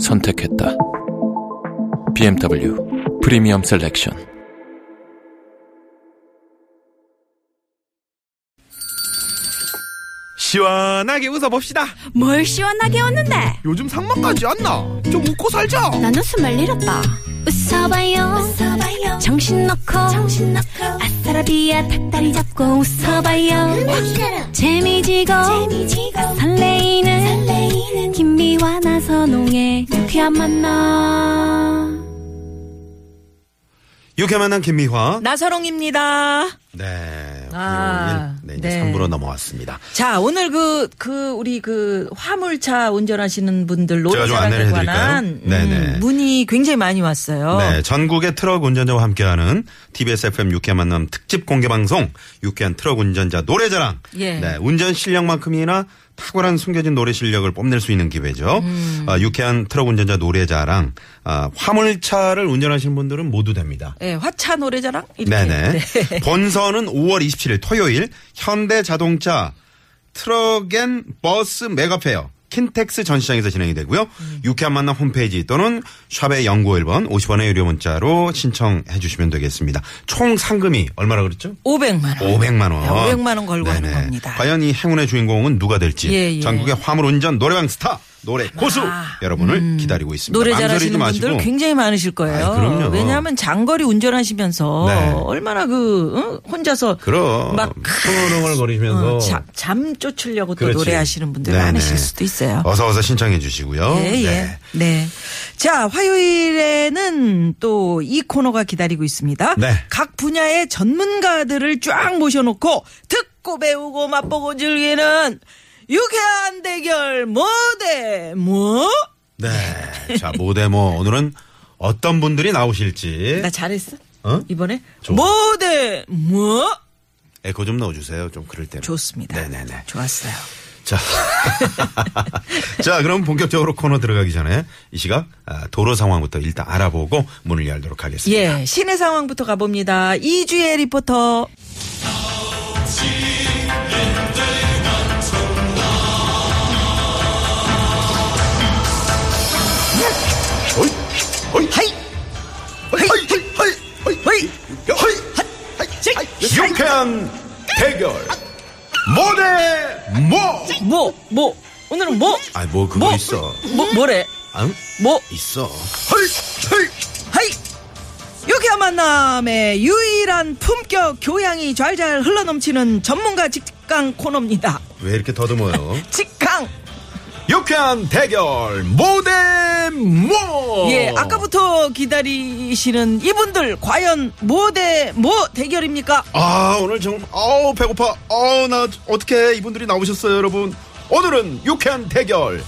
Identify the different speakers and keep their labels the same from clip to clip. Speaker 1: 선택했다. BMW 프리미엄 셀렉션.
Speaker 2: 시원하게 웃어봅시다.
Speaker 3: 뭘 시원하게 웃는데
Speaker 2: 요즘 상만까지 안 나. 좀 웃고 살자.
Speaker 3: 난 웃음을 잃었다 웃어봐요, 웃어봐요. 정신 놓고 정신 놓고 아싸라비아 닭다리 잡고 웃어봐요 재미지고 재미지고 설레이는 설레이는 김미와 나선홍의 유쾌한 만남
Speaker 2: 유쾌 만난 김미화.
Speaker 4: 나서롱입니다.
Speaker 2: 네.
Speaker 4: 아,
Speaker 2: 네, 이제
Speaker 4: 네.
Speaker 2: 3부로 넘어왔습니다.
Speaker 4: 자, 오늘 그, 그, 우리 그 화물차 운전하시는 분들
Speaker 2: 제가 좀
Speaker 4: 노동자에
Speaker 2: 안내를
Speaker 4: 관한 음,
Speaker 2: 해드릴까요? 네네.
Speaker 4: 문의 굉장히 많이 왔어요.
Speaker 2: 네, 전국의 트럭 운전자와 함께하는 TBS FM 유쾌 만남 특집 공개 방송 유쾌한 트럭 운전자 노래자랑.
Speaker 4: 예.
Speaker 2: 네, 운전 실력만큼이나 탁월한 숨겨진 노래 실력을 뽐낼 수 있는 기회죠.
Speaker 4: 음.
Speaker 2: 어, 유쾌한 트럭 운전자 노래자랑 아, 화물차를 운전하시는 분들은 모두 됩니다.
Speaker 4: 예, 화차 노래자랑? 이렇게.
Speaker 2: 네네.
Speaker 4: 네.
Speaker 2: 본선은 5월 27일 토요일 현대자동차 트럭앤 버스 메가페어 킨텍스 전시장에서 진행이 되고요.
Speaker 4: 음.
Speaker 2: 유쾌한 만남 홈페이지 또는 샵의 0951번 50원의 유료 문자로 신청해 주시면 되겠습니다. 총 상금이 얼마나 그랬죠?
Speaker 4: 500만원.
Speaker 2: 500만 원.
Speaker 4: 네, 500만 원 걸고
Speaker 2: 네네.
Speaker 4: 하는 겁니다.
Speaker 2: 과연 이 행운의 주인공은 누가 될지
Speaker 4: 예, 예.
Speaker 2: 전국의 화물운전 노래방 스타 노래 고수
Speaker 4: 아,
Speaker 2: 여러분을 기다리고 있습니다.
Speaker 4: 노래
Speaker 2: 망설이지
Speaker 4: 잘하시는 분들
Speaker 2: 마시고.
Speaker 4: 굉장히 많으실 거예요.
Speaker 2: 아이, 그럼요.
Speaker 4: 왜냐하면 장거리 운전하시면서
Speaker 2: 네.
Speaker 4: 얼마나 그 응? 혼자서
Speaker 2: 그럼
Speaker 4: 막
Speaker 2: 흥얼흥얼 거리시면서
Speaker 4: 어, 잠, 잠 쫓으려고 또
Speaker 2: 그렇지.
Speaker 4: 노래하시는 분들
Speaker 2: 네네.
Speaker 4: 많으실 수도 있어요.
Speaker 2: 어서 어서 신청해 주시고요.
Speaker 4: 예, 예.
Speaker 2: 네.
Speaker 4: 네. 자, 화요일에는 또 이 코너가 기다리고 있습니다.
Speaker 2: 네.
Speaker 4: 각 분야의 전문가들을 쫙 모셔놓고 듣고 배우고 맛보고 즐기는 유쾌한 대결 뭐대 뭐?
Speaker 2: 네. 자, 모데모 오늘은 어떤 분들이 나오실지
Speaker 4: 나 잘했어?
Speaker 2: 어?
Speaker 4: 이번에
Speaker 2: 좋아.
Speaker 4: 뭐대 뭐?
Speaker 2: 에코 좀 넣어 주세요. 좀 그럴 때는.
Speaker 4: 좋습니다.
Speaker 2: 네네네.
Speaker 4: 좋았어요.
Speaker 2: 자. 자, 그럼 본격적으로 코너 들어가기 전에 이 시각 아, 도로 상황부터 일단 알아보고 문을 열도록 하겠습니다.
Speaker 4: 예, 시내 상황부터 가봅니다. 이주혜 리포터. 예.
Speaker 2: 유쾌한 대결 모데모
Speaker 4: 뭐, 뭐, 오늘은 뭐?
Speaker 2: 아, 뭐 그거
Speaker 4: 뭐?
Speaker 2: 있어.
Speaker 4: 뭐, 뭐래?
Speaker 2: 안
Speaker 4: 뭐?
Speaker 2: 있어.
Speaker 4: 하이! 유쾌한 만남의 유일한 품격 교양이 잘잘 흘러넘치는 전문가 직강 코너입니다.
Speaker 2: 왜 이렇게 더듬어요?
Speaker 4: 직강!
Speaker 2: 유쾌한 대결 모데모
Speaker 4: 예, 아까부터 기다리시는 이분들, 과연 뭐 대 뭐 대결입니까?
Speaker 2: 아 오늘 정말 아우 배고파 아우 나 어떻게 이분들이 나오셨어요 여러분 오늘은 유쾌한 대결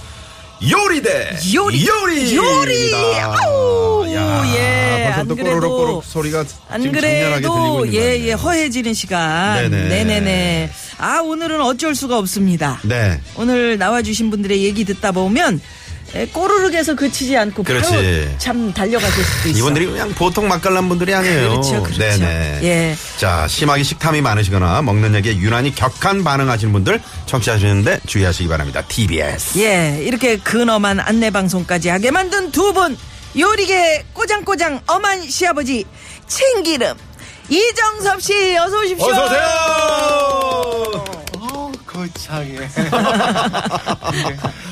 Speaker 2: 요리 대
Speaker 4: 요리.
Speaker 2: 요리
Speaker 4: 요리. 아우, 예,
Speaker 2: 벌써
Speaker 4: 안
Speaker 2: 또
Speaker 4: 그래도-
Speaker 2: 꼬르륵꼬르륵 소리가
Speaker 4: 안
Speaker 2: 지금 장렬하게 들리고
Speaker 4: 그래도,
Speaker 2: 있는
Speaker 4: 예,
Speaker 2: 거
Speaker 4: 예, 허해지는 시간.
Speaker 2: 네네.
Speaker 4: 네네네. 아, 오늘은 어쩔 수가 없습니다.
Speaker 2: 네
Speaker 4: 오늘 나와주신 분들의 얘기 듣다 보면 에, 꼬르륵에서 그치지 않고
Speaker 2: 그렇지.
Speaker 4: 바로 참 달려가실 수도 있어요.
Speaker 2: 이분들이 그냥 보통 맛깔난 분들이 아니에요
Speaker 4: 그렇죠, 그렇죠.
Speaker 2: 네네
Speaker 4: 예.
Speaker 2: 자 심하게 식탐이 많으시거나 먹는 약에 유난히 격한 반응하시는 분들 청취하시는데 주의하시기 바랍니다 TBS
Speaker 4: 예, 이렇게 근엄한 안내 방송까지 하게 만든 두 분. 요리계 꼬장꼬장 엄한 시아버지 챙기름 이정섭 씨 어서 오십시오.
Speaker 2: 어서오세요!
Speaker 5: 어, 거창해.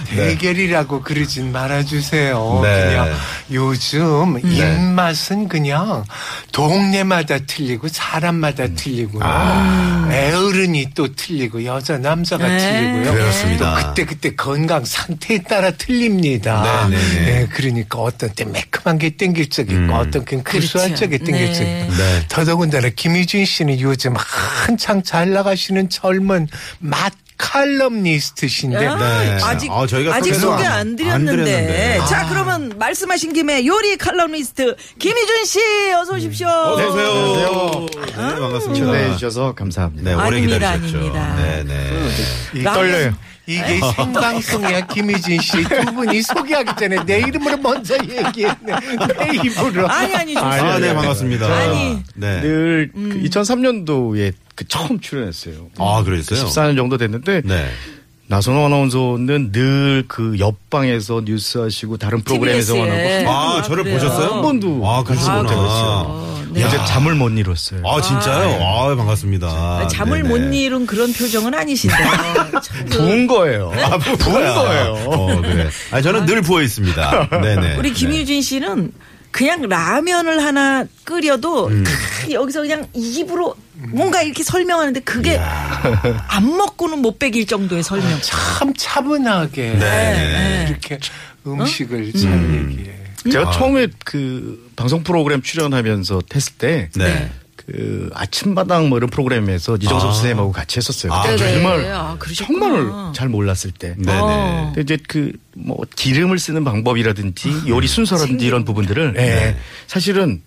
Speaker 5: 네. 대결이라고 그러진
Speaker 4: 어,
Speaker 5: 말아주세요.
Speaker 2: 네.
Speaker 5: 그냥 요즘 입맛은 그냥 동네마다 틀리고 사람마다
Speaker 2: 음.
Speaker 5: 틀리고요.
Speaker 2: 아.
Speaker 5: 애어른이 또 틀리고 여자 남자가
Speaker 4: 네.
Speaker 5: 틀리고요.
Speaker 2: 그렇습니다.
Speaker 5: 또 그때 그때 건강 상태에 따라 틀립니다.
Speaker 2: 네, 네, 네.
Speaker 5: 그러니까 어떤 때 매콤한 게 땡길 적이 있고 어떤 땐 구수한
Speaker 4: 그렇죠.
Speaker 5: 적이 땡길
Speaker 4: 네.
Speaker 5: 적이 있고
Speaker 2: 네.
Speaker 5: 더더군다나 김희준 씨는 요즘 한창 잘 나가시는 젊은 맛 칼럼니스트신데
Speaker 4: 야,
Speaker 2: 네.
Speaker 4: 아직
Speaker 2: 아, 저희가
Speaker 4: 아직
Speaker 2: 소개도
Speaker 4: 소개
Speaker 2: 안-
Speaker 4: 안 드렸는데.
Speaker 2: 안 드렸는데. 아.
Speaker 4: 자, 그러면 말씀하신 김에 요리 칼럼니스트 김희준 씨 어서 오십시오.
Speaker 2: 어서오세요.
Speaker 6: 안녕하세요.
Speaker 2: 네, 아, 반갑습니다.
Speaker 6: 초대해 주셔서 감사합니다.
Speaker 2: 네, 오래
Speaker 4: 아닙니다,
Speaker 2: 기다리셨죠.
Speaker 4: 아닙니다.
Speaker 2: 네, 네.
Speaker 5: 이
Speaker 4: 라면-
Speaker 5: 떨려요. 이게 생방송이야 김희진 씨 두 분이 소개하기 전에 내 이름으로 먼저 얘기했네 내 입으로
Speaker 4: 아니 아니 좋습니다.
Speaker 6: 아니,
Speaker 2: 아,
Speaker 6: 아니,
Speaker 2: 네,
Speaker 6: 아니,
Speaker 2: 반갑습니다.
Speaker 4: 아니.
Speaker 2: 네.
Speaker 6: 늘
Speaker 4: 음.
Speaker 6: 2003년도에 그 처음 출연했어요.
Speaker 2: 아, 그랬어요?
Speaker 6: 14년 정도 됐는데
Speaker 2: 네.
Speaker 6: 나선호 아나운서는 늘 그 옆방에서 뉴스 하시고 다른 프로그램에서만
Speaker 4: TBS 에.
Speaker 6: 하고
Speaker 2: 아, 저를
Speaker 4: 예. 네, 그래요?
Speaker 2: 보셨어요?
Speaker 6: 한 번도
Speaker 2: 아, 그러시구나.
Speaker 4: 아, 그렇죠. 네.
Speaker 6: 어제 잠을 못 이뤘어요.
Speaker 2: 아, 진짜요? 아, 반갑습니다.
Speaker 4: 잠을
Speaker 2: 네네.
Speaker 4: 못 이룬 그런 표정은 아니신데. 어, 참 그-
Speaker 6: 부은 거예요.
Speaker 2: 아, 부은
Speaker 6: 거예요.
Speaker 2: 어, 그래. 아, 저는 늘 부어 있습니다. 네네. 네.
Speaker 4: 우리 김유진 씨는 그냥 라면을 하나 끓여도
Speaker 2: 음.
Speaker 4: 크, 여기서 그냥 입으로 뭔가 이렇게 설명하는데 그게 안 먹고는 못 배길 정도의 설명.
Speaker 2: 아,
Speaker 5: 참 차분하게
Speaker 2: 네.
Speaker 5: 이렇게 음식을 잘 얘기해
Speaker 6: 제가 처음에 그 방송 프로그램 출연하면서 했을 때
Speaker 2: 네.
Speaker 6: 그 아침마당 뭐 이런 프로그램에서 이정섭
Speaker 2: 아.
Speaker 6: 선생님하고 같이 했었어요.
Speaker 2: 아,
Speaker 6: 그때
Speaker 2: 네네.
Speaker 6: 정말
Speaker 4: 아, 그러셨구나.
Speaker 6: 정말 잘 몰랐을 때.
Speaker 2: 네네.
Speaker 4: 어.
Speaker 6: 근데 이제 그 뭐 기름을 쓰는 방법이라든지 요리 순서라든지 이런 부분들을 예, 사실은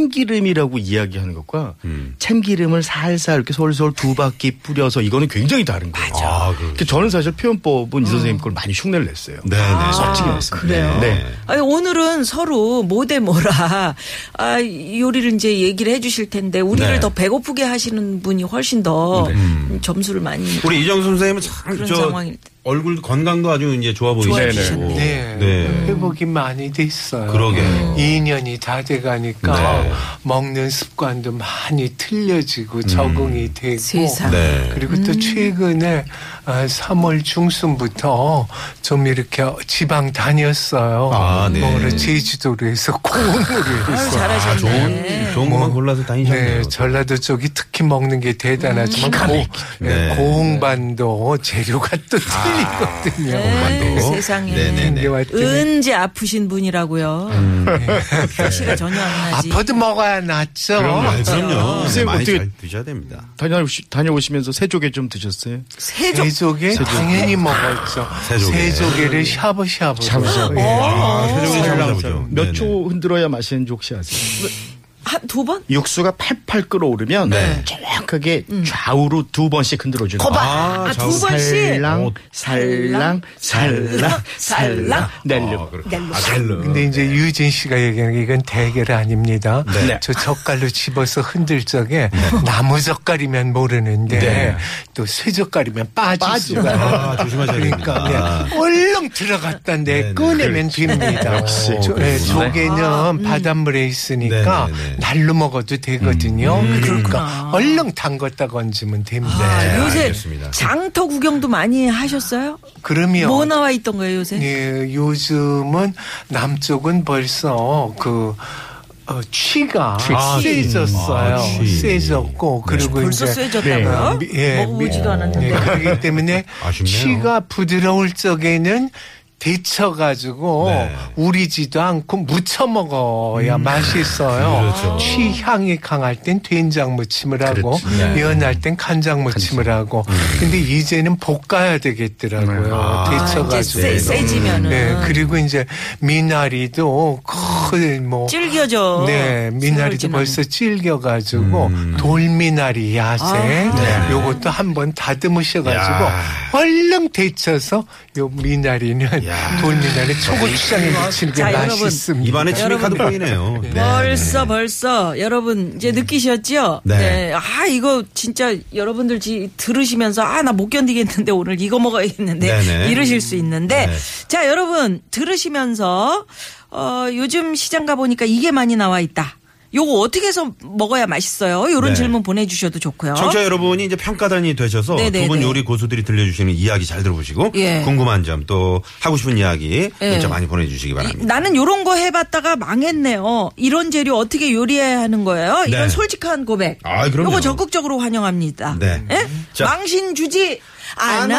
Speaker 6: 참기름이라고 이야기하는 것과 참기름을 살살 이렇게 솔솔 두 바퀴 뿌려서 이거는 굉장히 다른 거예요.
Speaker 2: 아, 그렇죠.
Speaker 6: 그러니까 저는 사실 표현법은 이 선생님 걸 많이 흉내를 냈어요.
Speaker 4: 아.
Speaker 6: 아,
Speaker 2: 네네.
Speaker 6: 솔직히
Speaker 4: 그래요?
Speaker 6: 말씀드리면. 네.
Speaker 4: 아니, 오늘은 서로 뭐대 뭐라 아, 요리를 이제 얘기를 해주실 텐데 우리를
Speaker 2: 네.
Speaker 4: 더 배고프게 하시는 분이 훨씬 더 음, 점수를 많이
Speaker 2: 우리 이정수 선생님은 참,
Speaker 4: 그런
Speaker 2: 저,
Speaker 4: 상황일 때.
Speaker 2: 얼굴 건강도 아주 이제 좋아 보이시고.
Speaker 4: 좋아해
Speaker 2: 네네.
Speaker 4: 주셨네.
Speaker 5: 네.
Speaker 2: 네.
Speaker 5: 회복이 많이 됐어요
Speaker 2: 그러게.
Speaker 5: 2년이 다 돼가니까
Speaker 2: 네.
Speaker 5: 먹는 습관도 많이 틀려지고 적응이 되고
Speaker 4: 세상.
Speaker 2: 음.
Speaker 4: 음.
Speaker 2: 네.
Speaker 5: 그리고 또 최근에 아, 3월 중순부터 좀 이렇게 지방 다녔어요.
Speaker 2: 아, 네.
Speaker 5: 뭐를 제주도로 해서 고흥으로
Speaker 4: 아유,
Speaker 5: 해서.
Speaker 2: 아,
Speaker 4: 잘하셨네.
Speaker 2: 좋은, 좋은 것만 골라서 다니셨네요.
Speaker 5: 네, 전라도 쪽이 특히 먹는 게
Speaker 4: 음,
Speaker 5: 대단하지만 고,
Speaker 2: 네.
Speaker 5: 흥반도 재료가 또 틀리거든요.
Speaker 4: 에이,
Speaker 2: 정말로.
Speaker 4: 세상에.
Speaker 2: 아. 네네.
Speaker 5: 챙겨왔더니
Speaker 4: 네. 은지 아프신 분이라고요.
Speaker 2: 음.
Speaker 4: 표시가 전혀 안 나지.
Speaker 5: 아파도 먹어야 낫죠.
Speaker 2: 네, 그럼요. 네,
Speaker 6: 아, 선생님
Speaker 2: 많이
Speaker 6: 어떻게-
Speaker 2: 잘 드셔야 됩니다.
Speaker 6: 다녀오시, 다녀오시면서 새조개 좀 드셨어요?
Speaker 4: 세조.
Speaker 5: 세조개 당연히 먹었죠.
Speaker 2: 아, 세조개.
Speaker 5: 세조개를 샤브샤브. 샤브샤브.
Speaker 4: 어,
Speaker 6: 네.
Speaker 2: 아, 네, 세종이 잘나오죠
Speaker 6: 어, 몇 초 흔들어야 맛있는지 혹시 아세요?
Speaker 4: 한 두 번?
Speaker 6: 육수가 팔팔 끓어오르면 정확하게 좌우로 두 번씩 흔들어주는
Speaker 4: 거봐.
Speaker 2: 아,
Speaker 4: 아,
Speaker 2: 좌우
Speaker 4: 두 번씩.
Speaker 6: 살랑
Speaker 2: 오.
Speaker 6: 살랑 살랑 살랑
Speaker 2: 아,
Speaker 6: 내려
Speaker 2: 그렇게.
Speaker 4: 네,
Speaker 2: 아, 잘로.
Speaker 5: 근데 이제 유진 씨가 얘기하는 게 이건 대결 아닙니다.
Speaker 6: 네.
Speaker 5: 저 젓갈로 집어서 흔들
Speaker 2: 네.
Speaker 5: 적에 나무 젓갈이면 모르는데 또 쇠젓갈이면 빠질 수가
Speaker 2: 아, 조심하셔야 됩니다. 아.
Speaker 5: 그러니까 네. 얼렁 들어갔다 내
Speaker 2: 네,
Speaker 5: 꺼내면 됩니다.
Speaker 6: 역시.
Speaker 5: 조, 네,
Speaker 6: 그렇구나.
Speaker 5: 조개는 바닷물에 있으니까
Speaker 2: 네, 네, 네.
Speaker 5: 날로 먹어도 되거든요. 그러니까 얼렁 담갔다 건지면 됩니다.
Speaker 4: 아,
Speaker 2: 네,
Speaker 4: 요새
Speaker 2: 알겠습니다.
Speaker 4: 장터 구경도 많이 하셨어요?
Speaker 5: 그러면
Speaker 4: 뭐 나와 있던 거예요, 요새?
Speaker 5: 예, 요즘은 남쪽은 벌써 그 어, 취가
Speaker 2: 아,
Speaker 5: 쎄졌어요.
Speaker 2: 아, 취. 네.
Speaker 5: 쎄졌고 그리고
Speaker 4: 벌써
Speaker 5: 이제
Speaker 4: 쎄졌다고요?
Speaker 5: 미- 예,
Speaker 4: 먹어보지도
Speaker 5: 미-
Speaker 4: 않았는데.
Speaker 5: 예, 그렇기 때문에
Speaker 2: 아쉽네요.
Speaker 5: 취가 부드러울 적에는 데쳐가지고
Speaker 2: 네. 음.
Speaker 5: 우리지도 않고 무쳐 먹어야 맛있어요.
Speaker 2: 그렇죠.
Speaker 5: 취향이 강할 땐 된장 무침을 하고
Speaker 6: 그렇지.
Speaker 2: 네.
Speaker 5: 연할 땐 간장 무침을 하고 근데 이제는 볶아야 되겠더라고요.
Speaker 2: 음. 아.
Speaker 4: 이제
Speaker 5: 데쳐가지고.
Speaker 4: 세, 세지면은.
Speaker 5: 네, 그리고 이제 미나리도 큰뭐
Speaker 4: 질겨져.
Speaker 5: 네, 미나리도
Speaker 4: 세월지나면.
Speaker 5: 벌써 질겨가지고
Speaker 2: 음.
Speaker 5: 돌미나리 야채 요것도 한번 다듬으셔가지고
Speaker 2: 네. 야.
Speaker 5: 얼렁 데쳐서 요 미나리는
Speaker 2: 야.
Speaker 5: 돌미나리 초고추장에 묻히는 게
Speaker 4: 자, 여러분.
Speaker 5: 맛있습니다.
Speaker 2: 입안에 침이 가득 보이네요. 네. 음.
Speaker 4: 벌써 벌써 여러분 이제 느끼셨죠?
Speaker 2: 네.
Speaker 4: 아 이거 진짜 여러분들 지, 들으시면서 아 나 못 견디겠는데 오늘 이거 먹어야겠는데
Speaker 2: 네네.
Speaker 4: 이러실 수 있는데
Speaker 2: 네.
Speaker 4: 자 여러분 들으시면서 어 요즘 시장 가 보니까 이게 많이 나와 있다. 요거 어떻게 해서 먹어야 맛있어요? 요런
Speaker 2: 네.
Speaker 4: 질문 보내주셔도 좋고요.
Speaker 2: 청취자 여러분이 이제 평가단이 되셔서 두
Speaker 4: 네네네.
Speaker 2: 분 요리 고수들이 들려주시는 이야기 잘 들어보시고
Speaker 4: 예.
Speaker 2: 궁금한 점 또 하고 싶은 이야기
Speaker 4: 예.
Speaker 2: 문자 많이 보내주시기
Speaker 4: 이-
Speaker 2: 바랍니다.
Speaker 4: 나는 요런 거 해봤다가 망했네요. 이런 재료 어떻게 요리해야 하는 거예요? 이런
Speaker 2: 네.
Speaker 4: 솔직한 고백.
Speaker 2: 아, 그럼요.
Speaker 4: 요거 적극적으로 환영합니다.
Speaker 2: 네.
Speaker 4: 예?
Speaker 2: 자.
Speaker 4: 망신 주지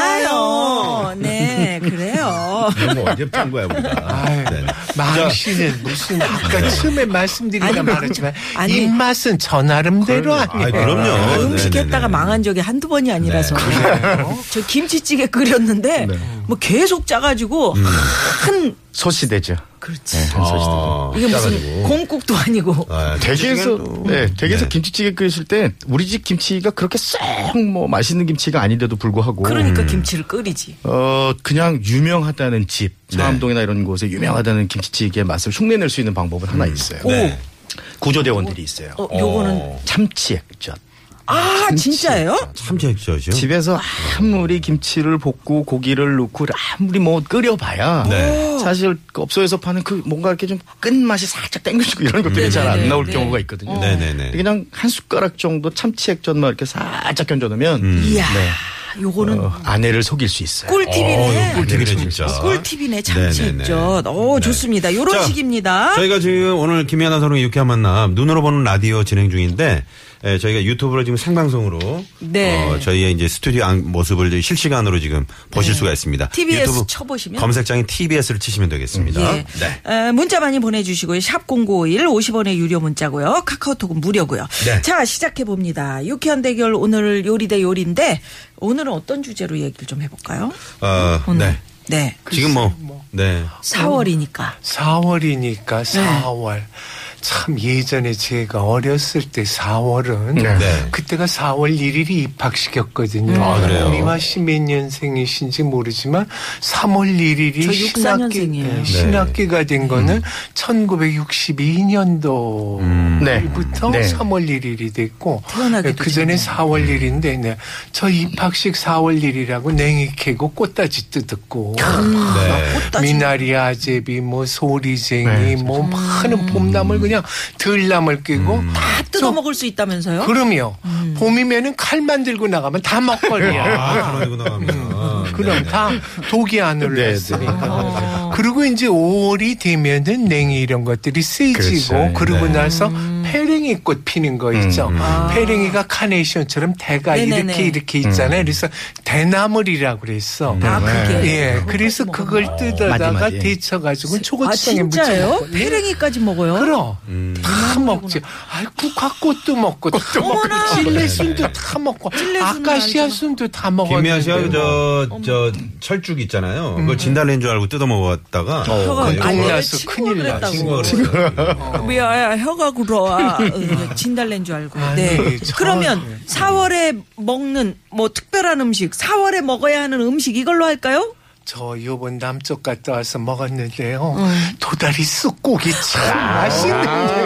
Speaker 4: 않아요. 네, 그래요.
Speaker 2: 이건 뭐 언제 푼 거야 우리가.
Speaker 5: 아유,
Speaker 2: 네.
Speaker 5: 망신은 무슨 아까 처음에 말씀드리다 말했지만
Speaker 4: 아니.
Speaker 5: 입맛은 저 나름대로
Speaker 2: 아,
Speaker 5: 아니에요.
Speaker 2: 그럼요.
Speaker 4: 아, 음식
Speaker 2: 네네네. 네,
Speaker 4: 했다가 망한 적이 한두 번이 아니라서. 저
Speaker 2: 음.
Speaker 4: 김치찌개 끓였는데 뭐 계속 짜가지고 한
Speaker 6: 소시대죠.
Speaker 4: 그렇지.
Speaker 6: 한 살씩
Speaker 2: 아,
Speaker 4: 이게 무슨
Speaker 2: 짜가지고.
Speaker 4: 곰국도 아니고.
Speaker 2: 아,
Speaker 6: 댁에서 네, 댁에서 김치찌개 끓였을 때 우리 집 김치가 그렇게 썩 뭐 맛있는 김치가 아닌데도 불구하고
Speaker 4: 그러니까 김치를 끓이지.
Speaker 6: 어 그냥 유명하다는 집 상암동이나 이런 곳에 유명하다는 김치찌개의 맛을 흉내낼 수 있는 방법은 하나 있어요.
Speaker 2: 네.
Speaker 6: 음. 구조대원들이 있어요.
Speaker 4: 어, 요거는
Speaker 2: 어,
Speaker 6: 참치액젓.
Speaker 4: 아 진짜예요?
Speaker 2: 참치 액젓이요?
Speaker 6: 집에서 아무리 김치를 볶고 고기를 넣고 아무리 뭐 끓여봐야 사실 그 업소에서 파는 그 뭔가 이렇게 좀 끝맛이 살짝 땡겨지고 이런 것들이 잘 안 나올 경우가 있거든요.
Speaker 2: 네네네.
Speaker 6: 그냥 한 숟가락 정도 참치액젓만 이렇게 살짝 견져 넣으면
Speaker 4: 이야,
Speaker 2: 네.
Speaker 4: 요거는
Speaker 6: 어, 아내를 속일 수 있어요.
Speaker 4: 꿀팁이네.
Speaker 2: 어, 꿀팁이네, 진짜. 네네네.
Speaker 4: 꿀팁이네 참치액젓. 오 좋습니다. 요런
Speaker 2: 자,
Speaker 4: 식입니다.
Speaker 2: 저희가 지금 오늘 김연아 선홍의 유쾌한 만남 눈으로 보는 라디오 진행 중인데 예, 저희가 유튜브로 지금 생방송으로
Speaker 4: 네.
Speaker 2: 어, 저희의 이제 스튜디오 안- 모습을 이제 실시간으로 지금 보실 수가 있습니다.
Speaker 4: 네. TBS
Speaker 2: 유튜브
Speaker 4: 쳐보시면?
Speaker 2: 검색창에 TBS를 치시면 되겠습니다.
Speaker 4: 예.
Speaker 2: 네.
Speaker 4: 어, 문자 많이 보내주시고요. 샵 0951, 50원의 유료 문자고요. 카카오톡은 무료고요.
Speaker 2: 네.
Speaker 4: 자, 시작해봅니다. 유쾌한 대결 오늘 요리 대 요리인데 오늘은 어떤 주제로 얘기를 좀 해볼까요?
Speaker 2: 어,
Speaker 4: 오늘.
Speaker 2: 네. 지금 뭐, 네.
Speaker 4: 4월이니까.
Speaker 5: 4월이니까 4월. 참 예전에 제가 어렸을 때 4월은
Speaker 2: 네.
Speaker 5: 그때가 4월 1일이 입학시켰거든요.
Speaker 2: 아, 그래요?
Speaker 5: 미화 씨몇 년생이신지 모르지만 3월 1일이
Speaker 4: 저
Speaker 5: 신학기,
Speaker 4: 64년생이에요.
Speaker 5: 네, 신학기가 된 거는 1962년도
Speaker 6: 네.
Speaker 5: 부터
Speaker 6: 네.
Speaker 5: 3월 1일이 됐고
Speaker 4: 태어나기도
Speaker 5: 그 전에
Speaker 4: 전에.
Speaker 5: 4월 1일인데 네. 저 입학식 4월 1일이라고 냉이 캐고 꽃다지 뜯었고
Speaker 4: 네.
Speaker 5: 미나리 아제비 뭐 소리쟁이
Speaker 6: 네.
Speaker 5: 뭐 많은
Speaker 4: 음.
Speaker 5: 봄나물 그냥 들나물 끼고
Speaker 4: 다 뜯어 먹을 수 있다면서요?
Speaker 5: 그럼요
Speaker 4: 음.
Speaker 5: 봄이면은 칼만 들고 나가면 다 먹거리야
Speaker 2: 아, 그러고
Speaker 5: 음.
Speaker 2: 나가면.
Speaker 5: 그럼 다 독이 안
Speaker 4: 어.
Speaker 5: 올랐으니까 그리고 이제 5월이 되면은 냉이 이런 것들이 쓰이지고
Speaker 6: 그렇죠.
Speaker 5: 그러고
Speaker 2: 네.
Speaker 5: 나서
Speaker 4: 음.
Speaker 5: 페랭이 꽃 피는 거 있죠 페랭이가 카네이션처럼 대가
Speaker 4: 아. 네네네.
Speaker 5: 이렇게 이렇게 있잖아요 그래서 대나물이라고 그랬어
Speaker 4: 아, 그게.
Speaker 5: 예, 그래서 그걸 뜯어다가
Speaker 6: 마지막에.
Speaker 5: 데쳐가지고
Speaker 4: 아,
Speaker 5: 초고추장에
Speaker 4: 진짜요?
Speaker 5: 묻혀먹고
Speaker 4: 페랭이까지 먹어요?
Speaker 5: 그럼 다 먹지. 아, 음. 국화꽃도 먹고 다 먹고 네.
Speaker 4: 어머나.
Speaker 5: 찔레순도 다 먹고
Speaker 4: 찔레순은
Speaker 5: 아카시아순도 다
Speaker 2: 김미아
Speaker 5: 먹었는데.
Speaker 2: 씨가 저저 철쭉 있잖아요. 그걸 진달래인 줄 알고 뜯어 먹었다가
Speaker 4: 혀가
Speaker 2: 그
Speaker 5: 아니,
Speaker 2: 동안
Speaker 5: 나서 어, 큰일 났어.
Speaker 4: 났다고. 미아야 혀가
Speaker 2: 예.
Speaker 4: 굴어와 어, 진달래인 줄 알고.
Speaker 5: 아니,
Speaker 4: 네.
Speaker 5: 저-
Speaker 4: 그러면 4월에 먹는 뭐 특별한 음식, 4월에 먹어야 하는 음식 이걸로 할까요?
Speaker 5: 저 요번 남쪽 갔다 와서 먹었는데요.
Speaker 4: 음.
Speaker 5: 도다리 쑥고기 참 맛있는데.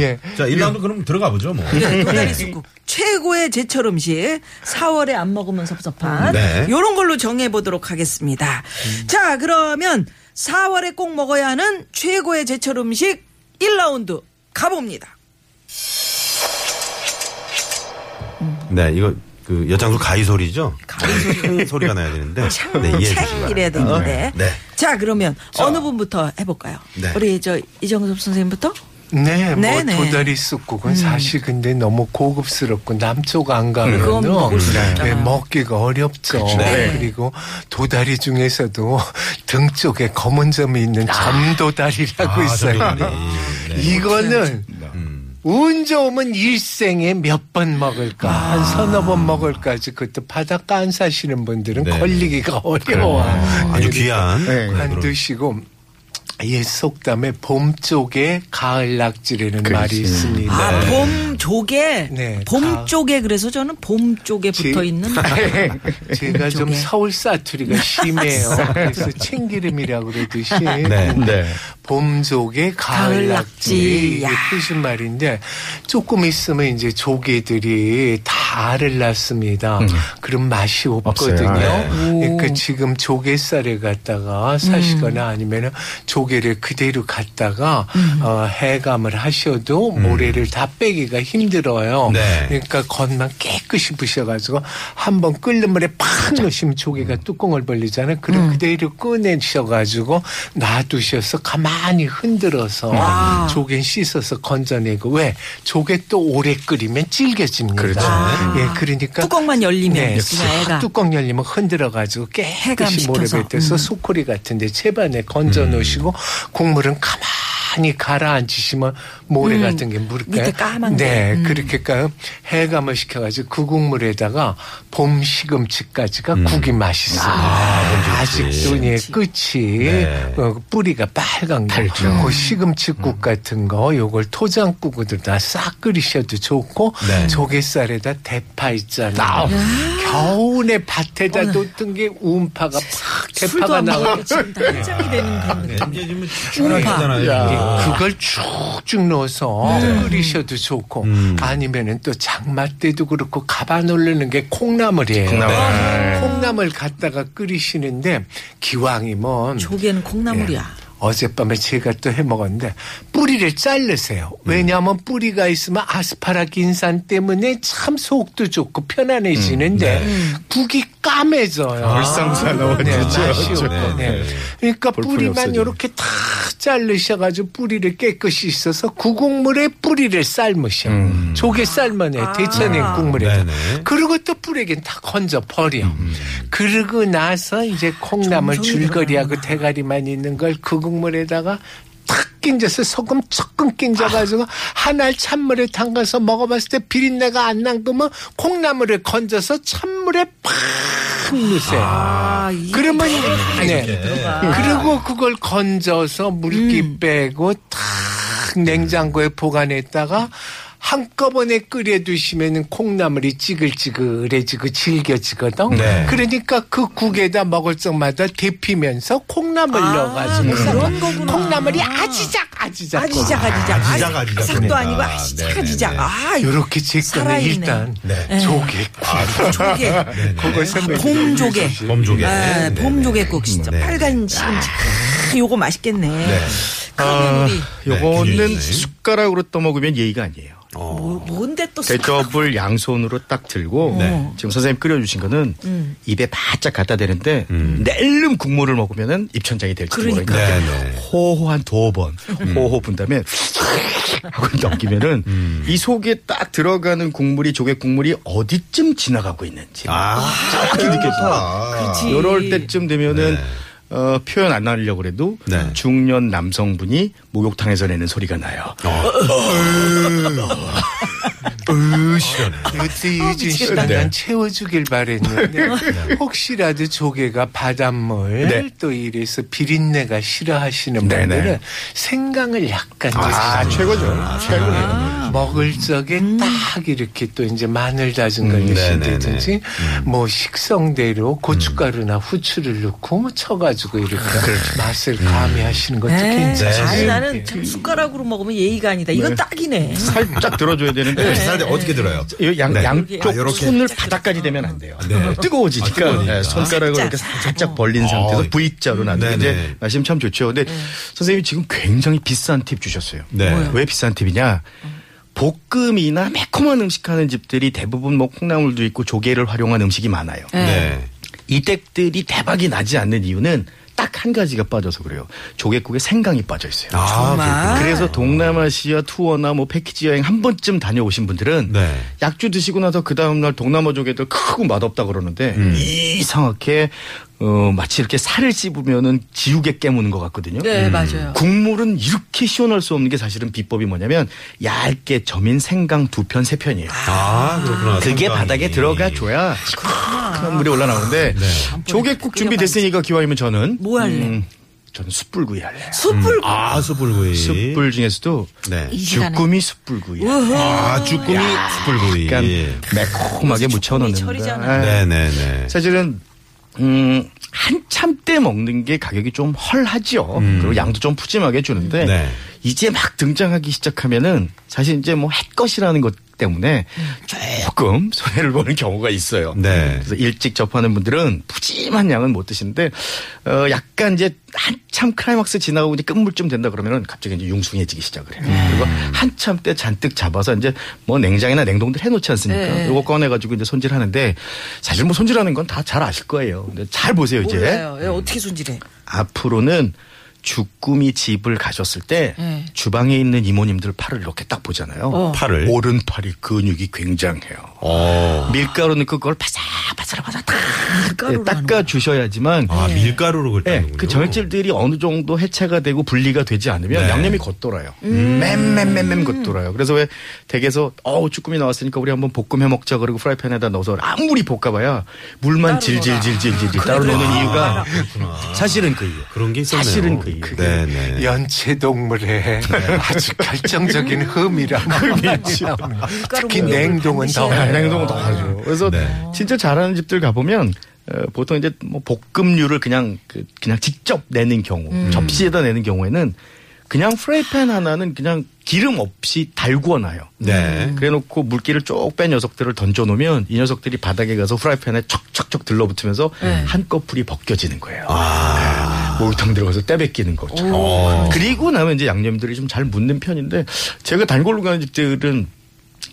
Speaker 5: 예.
Speaker 2: 어. 자, 1라운드 그럼 들어가 보죠, 뭐.
Speaker 4: 네, 도다리 쑥국 최고의 제철 음식 4월에 안 먹으면 섭섭한
Speaker 2: 네. 음.
Speaker 4: 요런 걸로 정해 보도록 하겠습니다. 자 그러면 4월에 꼭 먹어야 하는 최고의 제철 음식 1라운드 가봅니다.
Speaker 2: 네, 이거 그 여장수 가위 소리죠? 가위 소리. 소리가 나야 되는데.
Speaker 4: 창,
Speaker 2: 네, 이해해
Speaker 4: 창
Speaker 2: 주시기
Speaker 4: 이래야
Speaker 2: 바랍니다.
Speaker 4: 되는데.
Speaker 2: 네.
Speaker 4: 자 그러면 어느 분부터 해볼까요?
Speaker 2: 네.
Speaker 4: 우리 저 이정섭 선생님부터.
Speaker 5: 네, 뭐
Speaker 4: 네네.
Speaker 5: 도다리 쑥국은 사실 근데 너무 고급스럽고 남쪽 안
Speaker 4: 그건
Speaker 5: 가면
Speaker 4: 먹을 수
Speaker 5: 네,
Speaker 4: 없잖아요.
Speaker 5: 먹기가 어렵죠. 네, 그리고 도다리 중에서도 등 쪽에 검은 점이 있는 점도다리라고
Speaker 2: 아,
Speaker 5: 있어요.
Speaker 2: 점도다리. 네.
Speaker 5: 이거는 운 좋으면 일생에 몇 번 먹을까 한 서너 번 먹을까지 그것도 바닷가 안 사시는 분들은
Speaker 2: 네.
Speaker 5: 걸리기가 어려워.
Speaker 2: 아주
Speaker 5: 그러니까
Speaker 2: 귀한
Speaker 6: 네.
Speaker 2: 그런
Speaker 5: 안 드시고 옛 속담에 봄 쪽에 가을 낙지라는 말이 있습니다.
Speaker 4: 아 봄 쪽에
Speaker 5: 네,
Speaker 4: 봄
Speaker 5: 다-
Speaker 4: 쪽에 그래서 저는 봄 쪽에
Speaker 5: 지-
Speaker 4: 붙어 있는
Speaker 5: 제가 좀
Speaker 4: 쪽에.
Speaker 5: 서울 사투리가 심해요. 그래서 챙기름이라고 그러듯이
Speaker 6: 네.
Speaker 5: 봄 조개
Speaker 4: 가을
Speaker 5: 가을
Speaker 4: 낙지.
Speaker 5: 낙지 이게
Speaker 4: 야.
Speaker 5: 뜻인 말인데 조금 있으면 이제 조개들이 다 알을 낳습니다. 그럼 맛이 없거든요.
Speaker 6: 없어요.
Speaker 5: 그러니까 지금 조개살에 갔다가 사시거나 아니면은 조개를 그대로 갖다가 어, 해감을 하셔도 모래를 다 빼기가 힘들어요.
Speaker 2: 네.
Speaker 5: 그러니까 겉만 깨끗이 부셔가지고 한번 끓는 물에 팍 넣으시면
Speaker 6: 음.
Speaker 5: 조개가 뚜껑을 벌리잖아요. 그걸
Speaker 4: 음.
Speaker 5: 그대로 꺼내셔가지고 놔두셔서 가만히 흔들어서
Speaker 6: 음. 아.
Speaker 4: 와.
Speaker 5: 조개 씻어서 건져내고 왜 조개 또 오래 끓이면 질겨집니다.
Speaker 6: 그렇죠.
Speaker 5: 예, 그러니까
Speaker 4: 뚜껑만 열리면
Speaker 5: 네,
Speaker 4: 그냥 애가.
Speaker 5: 뚜껑 열리면 흔들어가지고 깨끗이
Speaker 4: 해감시켜서. 음.
Speaker 6: 음.
Speaker 5: 모래 뱉어서 소쿠리 같은데 채반에 건져 놓으시고 국물은 가만히 많이 가라앉히시면 모래 같은 게 무릎에
Speaker 4: 음. 밑에 까만 게.
Speaker 5: 네 그렇게 까 해감을 시켜가지고 그 국물에다가 봄 시금치까지가 국이 맛있습니다. 아, 직도 예, 끝이
Speaker 2: 네.
Speaker 5: 어, 뿌리가 빨간 거, 그 시금치국 같은 거, 요걸 토장국으로다 싹 끓이셔도 좋고
Speaker 2: 네.
Speaker 5: 조갯살에다 대파 있잖아요. 겨우내 밭에다 놓던 게 우음파가 팍
Speaker 4: 어, 네. 술도
Speaker 5: 대파가
Speaker 4: 안
Speaker 5: 나와.
Speaker 4: 먹어도 지금 다 해장이 되는
Speaker 2: 아,
Speaker 4: 그런 느낌.
Speaker 2: 뭐
Speaker 5: 예, 그걸 쭉쭉 넣어서 끓이셔도 좋고 아니면은 또 장마 때도 그렇고 가방 올르는 게 콩나물이에요. 네.
Speaker 6: 콩나물.
Speaker 5: 콩나물 갖다가 끓이시는데 기왕이면
Speaker 4: 조개는 콩나물이야.
Speaker 5: 네. 어젯밤에 제가 또 해 먹었는데 뿌리를 자르세요.
Speaker 6: 음.
Speaker 5: 왜냐하면 뿌리가 있으면 아스파라긴산 때문에 참 속도 좋고
Speaker 6: 음.
Speaker 5: 편안해지는데 국이 까매져요.
Speaker 6: 불상사 네. 나와주죠.
Speaker 5: 맛이
Speaker 2: 네,
Speaker 5: 없고, 네. 그러니까
Speaker 6: 볼품이
Speaker 5: 뿌리만
Speaker 6: 없어지네.
Speaker 5: 이렇게 다 자르셔가지고 뿌리를 깨끗이 씻어서 구국물에 뿌리를 삶으셔.
Speaker 6: 음.
Speaker 5: 조개 삶아내 데쳐낸 국물에.
Speaker 2: 네네.
Speaker 5: 그리고 또 뿌리긴 다 건져 버려.
Speaker 6: 음.
Speaker 5: 그러고 나서 이제 콩나물
Speaker 4: 정성이
Speaker 5: 줄거리하고 그 대가리만 있는 걸 그 국물에다가 탁 낀져서 소금 조금 낀져가지고 한 알 찬물에 담가서 먹어봤을 때 비린내가 안 난 거면 콩나물을 건져서 찬물에 팍 넣으세요.
Speaker 4: 아, 이
Speaker 5: 그러면 네.
Speaker 4: 아.
Speaker 5: 그리고 그걸 건져서 물기
Speaker 4: 음.
Speaker 5: 빼고 탁 냉장고에 보관했다가 한꺼번에 끓여두시면은 콩나물이 찌글찌글해지고 질겨지거든. 그러니까 그 국에다 먹을 적마다 데피면서 콩나물 넣어가지고
Speaker 4: 아, 그런 거구나.
Speaker 5: 콩나물이 아지작 아지작.
Speaker 4: 아지작 아지작
Speaker 2: 아지작, 아지작
Speaker 4: 삭도
Speaker 2: 그러니까.
Speaker 4: 아니고 아지작
Speaker 2: 네,
Speaker 4: 아지작
Speaker 2: 네, 네.
Speaker 4: 아
Speaker 5: 이렇게 제 거는
Speaker 4: 살아있네.
Speaker 5: 일단
Speaker 2: 네.
Speaker 5: 조개국.
Speaker 4: 조개 아,
Speaker 5: 그걸 선배님
Speaker 4: 봄조개
Speaker 2: 범조개.
Speaker 4: 아,
Speaker 2: 네, 네.
Speaker 4: 봄조개국 진짜
Speaker 2: 네.
Speaker 4: 빨간 시금치 아, 요거 맛있겠네 그러면 우리
Speaker 2: 네,
Speaker 6: 요거는
Speaker 2: 균이.
Speaker 6: 숟가락으로 떠먹으면 예의가 아니에요.
Speaker 4: 뭐, 뭔데 또
Speaker 6: 대접을 양손으로 딱 들고
Speaker 2: 네.
Speaker 6: 지금 선생님 끓여주신 거는
Speaker 4: 음.
Speaker 6: 입에 바짝 갖다 대는데 낼름 국물을 먹으면은 입천장이 될지
Speaker 4: 그러니까.
Speaker 6: 모르니까
Speaker 2: 네, 네.
Speaker 6: 호호 한 두 번 호호 분 다음에 하고 넘기면은 이 속에 딱 들어가는 국물이 조개 국물이 어디쯤 지나가고 있는지
Speaker 2: 아,
Speaker 6: 정확히 느껴져요.
Speaker 4: 그렇지.
Speaker 6: 요럴 때쯤 되면은 어, 표현 안 하려고 그래도
Speaker 2: 네.
Speaker 6: 중년 남성분이 목욕탕에서 내는 소리가 나요.
Speaker 5: 그때 유진 씨가 난 채워주길 바랬는데 혹시라도 조개가 바닷물
Speaker 6: 네.
Speaker 5: 또 이래서 비린내가 싫어하시는
Speaker 6: 네,
Speaker 5: 분들은
Speaker 6: 네.
Speaker 5: 생강을 약간
Speaker 6: 아,
Speaker 5: 넣으시면
Speaker 6: 최고죠. 최고네요.
Speaker 5: 먹을 적에 딱 이렇게 또 이제 마늘 다진 걸
Speaker 2: 음,
Speaker 5: 넣으신다든지 뭐 식성대로 고춧가루나 후추를 넣고 쳐가지고 이렇게 맛을 가미하시는 것도
Speaker 4: 네. 아니
Speaker 5: 괜찮아요.
Speaker 4: 나는 참 숟가락으로 먹으면 예의가 아니다 이건 딱이네
Speaker 6: 살짝 들어줘야 되는데
Speaker 2: 비쌀 네, 때 어떻게 들어요?
Speaker 6: 이 양,
Speaker 2: 네.
Speaker 6: 양쪽
Speaker 2: 아, 요렇게.
Speaker 6: 손을 바닥까지 되면 안 돼요.
Speaker 2: 네.
Speaker 6: 뜨거워지니까
Speaker 2: 아, 뜨거우니까. 어.
Speaker 6: 네, 손가락을
Speaker 4: 살짝.
Speaker 6: 이렇게 살짝 벌린 상태에서 V자로
Speaker 2: 네네.
Speaker 6: 나는데 이제 마시면 참 좋죠. 근데 선생님이 지금 굉장히 비싼 팁 주셨어요.
Speaker 2: 네. 뭐요?
Speaker 6: 왜 비싼 팁이냐? 볶음이나 매콤한 음식 하는 집들이 대부분 뭐 콩나물도 있고 조개를 활용한 음식이 많아요.
Speaker 2: 네.
Speaker 6: 이 댁들이 대박이 나지 않는 이유는 딱 한 가지가 빠져서 그래요. 조개국에 생강이 빠져 있어요.
Speaker 2: 아,
Speaker 4: 정말
Speaker 6: 그래서 동남아시아 투어나 뭐 패키지 여행 한 번쯤 다녀오신 분들은
Speaker 2: 네.
Speaker 6: 약주 드시고 나서 그 다음날 동남아 조개들 크고 맛없다 그러는데
Speaker 2: 음.
Speaker 6: 이상하게 어, 마치 이렇게 살을 씹으면은 지우개 깨무는 것 같거든요.
Speaker 4: 네 맞아요
Speaker 6: 국물은 이렇게 시원할 수 없는 게 사실은 비법이 뭐냐면 얇게 점인 생강 두 편 세 편이에요.
Speaker 2: 아, 그렇구나.
Speaker 6: 그게
Speaker 2: 생강이.
Speaker 6: 바닥에 들어가 줘야 시원한 물이 올라나오는데
Speaker 2: 네.
Speaker 6: 조개국 준비됐으니까 기왕이면 저는 음,
Speaker 4: 뭐 할래?
Speaker 6: 저는 숯불구이 할래. 요
Speaker 4: 숯불
Speaker 2: 아, 숯불구이.
Speaker 6: 숯불 중에서도
Speaker 2: 네.
Speaker 6: 주꾸미 숯불구이.
Speaker 2: 아, 주꾸미 숯불구이.
Speaker 6: 약간
Speaker 2: 예.
Speaker 6: 매콤하게
Speaker 4: 철이잖아요.
Speaker 6: 무쳐넣는다. 예.
Speaker 2: 네네네.
Speaker 6: 사실은 음, 한참 때 먹는 게 가격이 좀 헐하죠. 그리고 양도 좀 푸짐하게 주는데
Speaker 2: 음. 네.
Speaker 6: 이제 막 등장하기 시작하면은 사실 이제 뭐 햇것이라는 것 때문에 조금 손해를 보는 경우가 있어요.
Speaker 2: 네.
Speaker 6: 그래서 일찍 접하는 분들은 푸짐한 양은 못 드시는데 어, 약간 이제 한참 클라이막스 지나고 이제 끝물쯤 된다 그러면은 갑자기 이제 융숭해지기 시작을 해요.
Speaker 2: 음.
Speaker 6: 그리고 한참 때 잔뜩 잡아서 이제 뭐 냉장이나 냉동들 해놓지 않습니까?
Speaker 4: 네.
Speaker 6: 요거 꺼내가지고 이제 손질하는데 사실 뭐 손질하는 건 다 잘 아실 거예요. 근데 잘 보세요 이제
Speaker 4: 몰라요 예, 어떻게 손질해
Speaker 6: 앞으로는 주꾸미 집을 가셨을 때
Speaker 4: 네. 어.
Speaker 6: 주방에 있는 이모님들 팔을 이렇게 딱 보잖아요.
Speaker 2: 팔을?
Speaker 6: 오른팔이 근육이 굉장해요.
Speaker 2: 어.
Speaker 6: 밀가루는 그걸 바삭바삭바삭 다
Speaker 4: 밀가루로
Speaker 6: 닦아 주셔야지만
Speaker 2: 아, 밀가루로
Speaker 6: 예,
Speaker 2: 그랬다는군요.
Speaker 6: 그 전액질들이 어느 정도 해체가 되고 분리가 되지 않으면
Speaker 2: 네.
Speaker 6: 양념이 겉돌아요. 맴맴맴맴 겉돌아요. 그래서 왜 댁에서 어우 쭈꾸미 나왔으니까 우리 한번 볶음 해 먹자 그러고 프라이팬에다 넣어서 아무리 볶아봐야 물만 질질질질질질 따로 넣는 이유가 사실은 그 이유.
Speaker 2: 아, 그런 게 있었네요.
Speaker 6: 사실은 그 이유.
Speaker 2: 네, 네.
Speaker 5: 연체동물의 아주 결정적인 흠이라고. 흠이죠. 특히
Speaker 4: 먹는
Speaker 5: 냉동은 더.
Speaker 4: 반드시
Speaker 5: 그래요. 아,
Speaker 6: 냉동은 더 하죠. 그래서 진짜 잘하는 집들 가보면 어, 보통 이제 뭐 볶음류를 그냥 그, 그냥 직접 내는 경우 접시에다 내는 경우에는 그냥 프라이팬 하나는 그냥 기름 없이 달구어놔요.
Speaker 2: 네.
Speaker 6: 그래놓고 물기를 쭉 뺀 녀석들을 던져놓으면 이 녀석들이 바닥에 가서 프라이팬에 척척척 들러붙으면서 한꺼풀이 벗겨지는 거예요. 네. 목욕탕 들어가서 떼베끼는 거죠.
Speaker 2: 어.
Speaker 6: 그리고 나면 이제 양념들이 좀 잘 묻는 편인데 제가 단골로 가는 집들은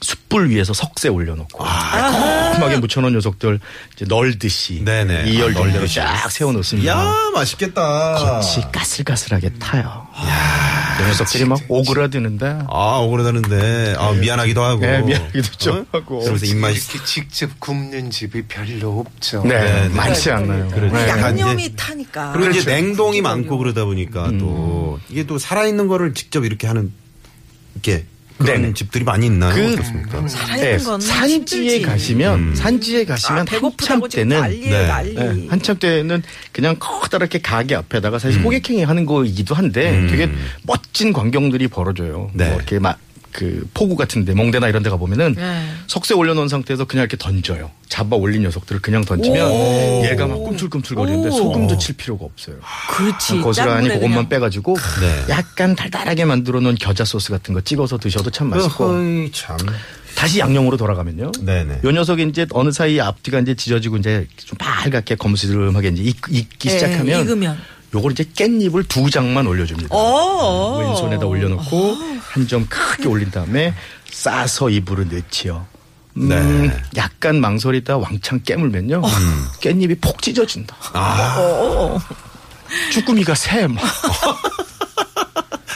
Speaker 6: 숯불 위에서 석쇠 올려놓고 꼼꼼하게 묻혀놓은 녀석들 이제 널듯이
Speaker 2: 아, 네네.
Speaker 6: 이열
Speaker 2: 아,
Speaker 6: 열대로
Speaker 2: 널듯이.
Speaker 6: 쫙 세워놓습니다.
Speaker 2: 야, 맛있겠다.
Speaker 6: 같이 까슬까슬하게 타요. 이 녀석들이 막 오그라드는데
Speaker 2: 아, 억울하다는데. 아, 미안하기도 하고.
Speaker 6: 네, 미안하기도 좀
Speaker 2: 어?
Speaker 6: 하고.
Speaker 2: 그러면서 입맛이.
Speaker 5: 이렇게 직접 굽는 집이 별로 없죠.
Speaker 6: 네,
Speaker 2: 네, 네.
Speaker 6: 많지 않나요.
Speaker 2: 그렇죠.
Speaker 6: 네. 그렇죠.
Speaker 2: 약간
Speaker 4: 양념이 그렇죠. 타니까.
Speaker 2: 그리고 이제 냉동이 많고 그러다 보니까
Speaker 6: 음.
Speaker 2: 또 이게 또 살아있는 거를 직접 이렇게 하는 이렇게 그런
Speaker 6: 네네.
Speaker 2: 집들이 많이 있나요?
Speaker 6: 그-
Speaker 2: 어떻습니까?
Speaker 4: 살아있는
Speaker 2: 네,
Speaker 4: 건
Speaker 6: 네, 산지에
Speaker 4: 힘들지.
Speaker 6: 가시면
Speaker 2: 음.
Speaker 6: 산지에
Speaker 4: 아,
Speaker 6: 가시면 한참
Speaker 4: 배고프다고 지금
Speaker 6: 때는
Speaker 4: 난리에
Speaker 2: 네.
Speaker 4: 난리.
Speaker 6: 네, 한참 때는 그냥 커다랗게 가게 앞에다가 사실 호객행위 하는 거이기도 한데 되게 멋진 광경들이 벌어져요.
Speaker 2: 네.
Speaker 6: 뭐 이렇게 막 그 포구 같은데 몽대나 이런 데 가보면은
Speaker 4: 네.
Speaker 6: 석쇠 올려놓은 상태에서 그냥 이렇게 던져요. 잡아 올린 녀석들을 그냥 던지면 얘가 막 꿈틀꿈틀거리는데
Speaker 4: 오.
Speaker 6: 소금도 칠 필요가 없어요.
Speaker 4: 그렇지.
Speaker 6: 아, 거스란히
Speaker 4: 짠물에
Speaker 6: 그것만
Speaker 4: 그냥.
Speaker 6: 빼가지고
Speaker 2: 네.
Speaker 6: 약간 달달하게 만들어 놓은 겨자 소스 같은 거 찍어서 드셔도 참 맛있고
Speaker 2: 어허이, 참.
Speaker 6: 다시 양념으로 돌아가면요.
Speaker 2: 네네.
Speaker 6: 요 녀석이 이제 어느 사이 앞뒤가 이제 지져지고 이제 좀 빨갛게 검스름하게 이제 익, 익기
Speaker 4: 예,
Speaker 6: 시작하면
Speaker 4: 익으면.
Speaker 2: 네.
Speaker 6: 요걸 이제 깻잎을 두 장만 올려줍니다.
Speaker 4: 어.
Speaker 6: 왼손에다 올려놓고 한 점 크게 올린 다음에 싸서 입으로 내치요. 음,
Speaker 2: 네. 음.
Speaker 6: 약간 망설이다 왕창 깨물면요. 깻잎이 폭 찢어진다.
Speaker 2: 아,
Speaker 6: 쭈꾸미가 새 막.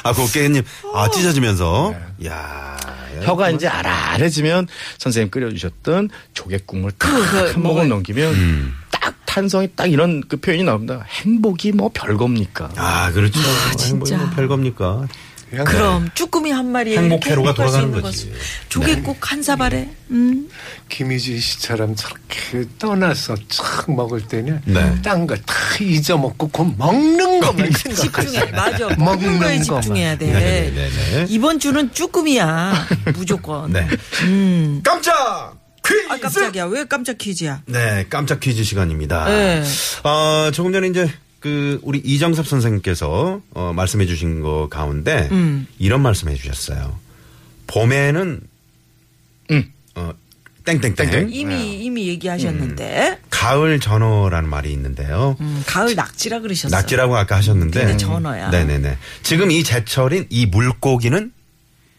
Speaker 2: 아, 그거 깻잎. 아, 찢어지면서. 네. 야
Speaker 6: 혀가 이제 아랄해지면 선생님 끓여주셨던 조개국물 탁한 모금 그, 넘기면
Speaker 2: 음.
Speaker 6: 딱 탄성이 딱 이런 그 표현이 나옵니다. 행복이 뭐 별겁니까?
Speaker 2: 아, 그렇죠.
Speaker 4: 진짜.
Speaker 2: 행복이 뭐 별겁니까?
Speaker 5: 그냥
Speaker 4: 그럼 쭈꾸미 한 마리에
Speaker 2: 행복회로가
Speaker 4: 이렇게 행복할 수
Speaker 2: 돌아가는
Speaker 4: 있는
Speaker 2: 거지. 네.
Speaker 4: 것은 조개국 한 사발에. 음.
Speaker 5: 김희진 씨처럼 저렇게 떠나서 촥 먹을 때는
Speaker 2: 네.
Speaker 5: 딴 거 다 잊어먹고 그 먹는 것만
Speaker 4: 집중해.
Speaker 5: 생각하세요.
Speaker 4: 맞아.
Speaker 5: 먹는
Speaker 4: 먹는 거에
Speaker 5: 것만.
Speaker 4: 집중해야 돼.
Speaker 2: 네네네네.
Speaker 4: 이번 주는 쭈꾸미야. 무조건.
Speaker 2: 네. 깜짝 퀴즈!
Speaker 4: 아, 깜짝이야. 왜 깜짝 퀴즈야?
Speaker 2: 네, 깜짝 퀴즈 시간입니다.
Speaker 4: 네.
Speaker 2: 아, 조금 전에 이제 그 우리 이정섭 선생님께서 어, 말씀해 주신 거 가운데 이런 말씀해 주셨어요. 봄에는 어, 땡땡땡
Speaker 4: 이미, 이미 얘기하셨는데.
Speaker 2: 가을 전어라는 말이 있는데요.
Speaker 4: 음, 가을 낙지라 그러셨어요.
Speaker 2: 낙지라고 아까 하셨는데
Speaker 4: 근데 전어야.
Speaker 2: 네네네. 지금 이 제철인 이 물고기는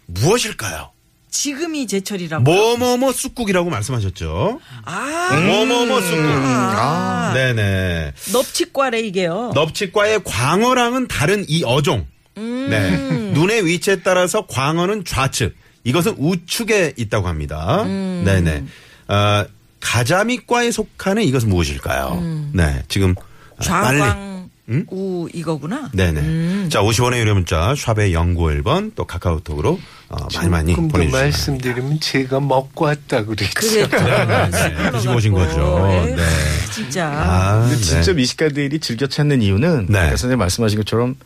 Speaker 2: 무엇일까요?
Speaker 4: 지금이 제철이라고.
Speaker 2: 뭐뭐뭐 음. 쑥국이라고 말씀하셨죠.
Speaker 4: 아.
Speaker 2: 뭐뭐뭐 쑥국.
Speaker 4: 아.
Speaker 2: 네네.
Speaker 4: 넙치과래 이게요.
Speaker 2: 넙치과의 광어랑은 다른 이 어종.
Speaker 4: 음.
Speaker 2: 네. 눈의 위치에 따라서 광어는 좌측, 이것은 우측에 있다고 합니다.
Speaker 4: 음.
Speaker 2: 네네. 어, 가자미과에 속하는 이것은 무엇일까요? 네. 지금 아, 빨리.
Speaker 4: 음. 좌광
Speaker 2: 음?
Speaker 4: 우 이거구나.
Speaker 2: 네네. 자, 50원의 유료 문자, 샵의 0951번, 또 카카오톡으로 어, 많이 많이
Speaker 5: 조금 더
Speaker 2: 보내주시면
Speaker 5: 말씀드리면 제가 먹고 왔다 그랬죠.
Speaker 4: 그게
Speaker 2: 네, 드시고 오신 거죠. 네.
Speaker 4: 예. 진짜.
Speaker 2: 아,
Speaker 6: 근데 진짜
Speaker 2: 네.
Speaker 6: 미식가들이 즐겨 찾는 이유는
Speaker 2: 네.
Speaker 6: 아까 선생님 말씀하신 것처럼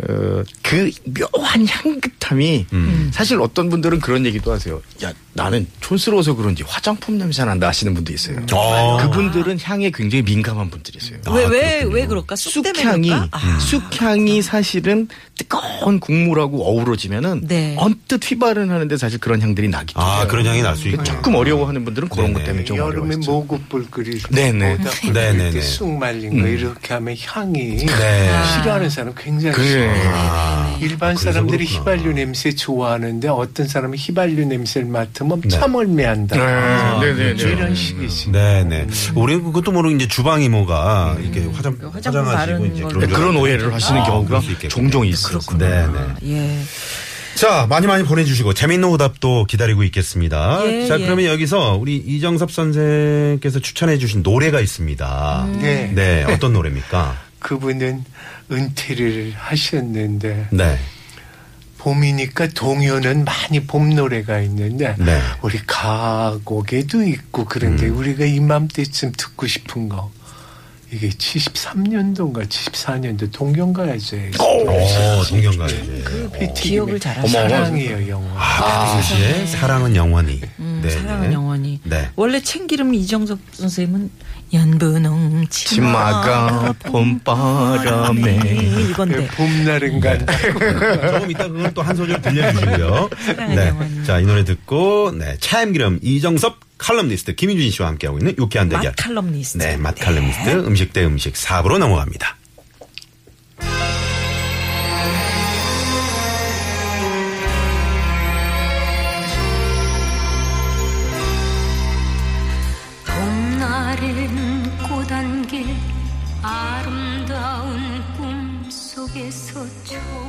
Speaker 6: 어, 그 묘한 향긋함이
Speaker 2: 음.
Speaker 6: 사실 어떤 분들은 그런 얘기도 하세요. 야 나는 촌스러워서 그런지 화장품 냄새 난다 하시는 분도 있어요.
Speaker 2: 어.
Speaker 6: 그분들은 향에 굉장히 민감한 분들이세요.
Speaker 2: 아,
Speaker 4: 왜 왜 왜 그럴까? 쑥 때문에
Speaker 6: 쑥향이
Speaker 4: 그럴까?
Speaker 2: 음.
Speaker 4: 아,
Speaker 6: 쑥향이 사실은 뜨거운 국물하고 어우러지면은
Speaker 4: 네.
Speaker 6: 언뜻 휘발은 하는데 사실 그런 향들이 나기 때문에
Speaker 2: 아, 그런 향이 날 수 있죠.
Speaker 6: 조금 어려워하는 분들은 그런
Speaker 2: 네네.
Speaker 6: 것 때문에 좀
Speaker 5: 여름에
Speaker 6: 어려워요.
Speaker 5: 모구불 끓일 때
Speaker 6: 네네. 음.
Speaker 5: 오다
Speaker 2: 네네네.
Speaker 5: 끓일 때쑥 말린 거 이렇게 하면 향이
Speaker 2: 네.
Speaker 5: 싫어하는 사람 굉장히
Speaker 6: 그래. 아,
Speaker 5: 싫어요. 일반 사람들이
Speaker 2: 그렇구나.
Speaker 5: 휘발유 냄새 좋아하는데 어떤 사람은 휘발유 냄새를 맡으면 참
Speaker 2: 아.
Speaker 5: 얼매한다. 아,
Speaker 6: 네, 네, 네.
Speaker 5: 이런 식이지.
Speaker 2: 네네. 우리 그것도 모르고 이제 주방 이모가 이렇게 화장
Speaker 4: 화장품
Speaker 2: 화장하시고
Speaker 4: 바르는
Speaker 2: 이제
Speaker 4: 걸-
Speaker 2: 그런, 줄
Speaker 6: 그런
Speaker 2: 알았는데.
Speaker 6: 오해를 하시는
Speaker 2: 아,
Speaker 6: 경우가
Speaker 2: 그럴 수 있겠군요.
Speaker 6: 종종 있었습니다.
Speaker 2: 네네.
Speaker 4: 예.
Speaker 2: 자 많이 많이 보내주시고 재밌는 오답도 기다리고 있겠습니다.
Speaker 4: 예,
Speaker 2: 자
Speaker 4: 예.
Speaker 2: 그러면 여기서 우리 이정섭 선생께서 추천해주신 노래가 있습니다.
Speaker 5: 네.
Speaker 2: 네 어떤 노래입니까?
Speaker 5: 그분은 은퇴를 하셨는데
Speaker 2: 네.
Speaker 5: 봄이니까 동요는 많이 봄 노래가 있는데
Speaker 2: 네.
Speaker 5: 우리 가곡에도 있고 그런데
Speaker 4: 음.
Speaker 5: 우리가 이맘때쯤 듣고 싶은 거 이게 73년도인가 74년도 동경가야제
Speaker 6: 네. 어,
Speaker 2: 오 어, 동경가요제.
Speaker 4: 어, 기억을 잘하시네.
Speaker 5: 사랑이에요 영화
Speaker 2: 박수씨의 사랑은 영원히. 네,
Speaker 4: 아, 네. 음, 사랑은
Speaker 2: 네.
Speaker 4: 영원히.
Speaker 2: 네.
Speaker 4: 원래 챙기름 이정석 선생님은 연분홍 치마가
Speaker 6: 치마가 봄바람에
Speaker 5: 예,
Speaker 4: 이건데
Speaker 5: 봄날은 간다
Speaker 2: 조금 이따 그걸 또 한 소절 들려주시고요.
Speaker 4: 사랑의
Speaker 2: 네.
Speaker 4: 영원히.
Speaker 2: 자, 이 노래 듣고, 네. 차임기름, 이정섭, 칼럼니스트, 김희준 씨와 함께하고 있는 유쾌한 대결.
Speaker 4: 맛칼럼니스트.
Speaker 2: 네, 맛 칼럼니스트, 음식 대 음식 4부로 넘어갑니다.
Speaker 3: 봄날은 꽃안개 아름다운 꿈 속에서 처음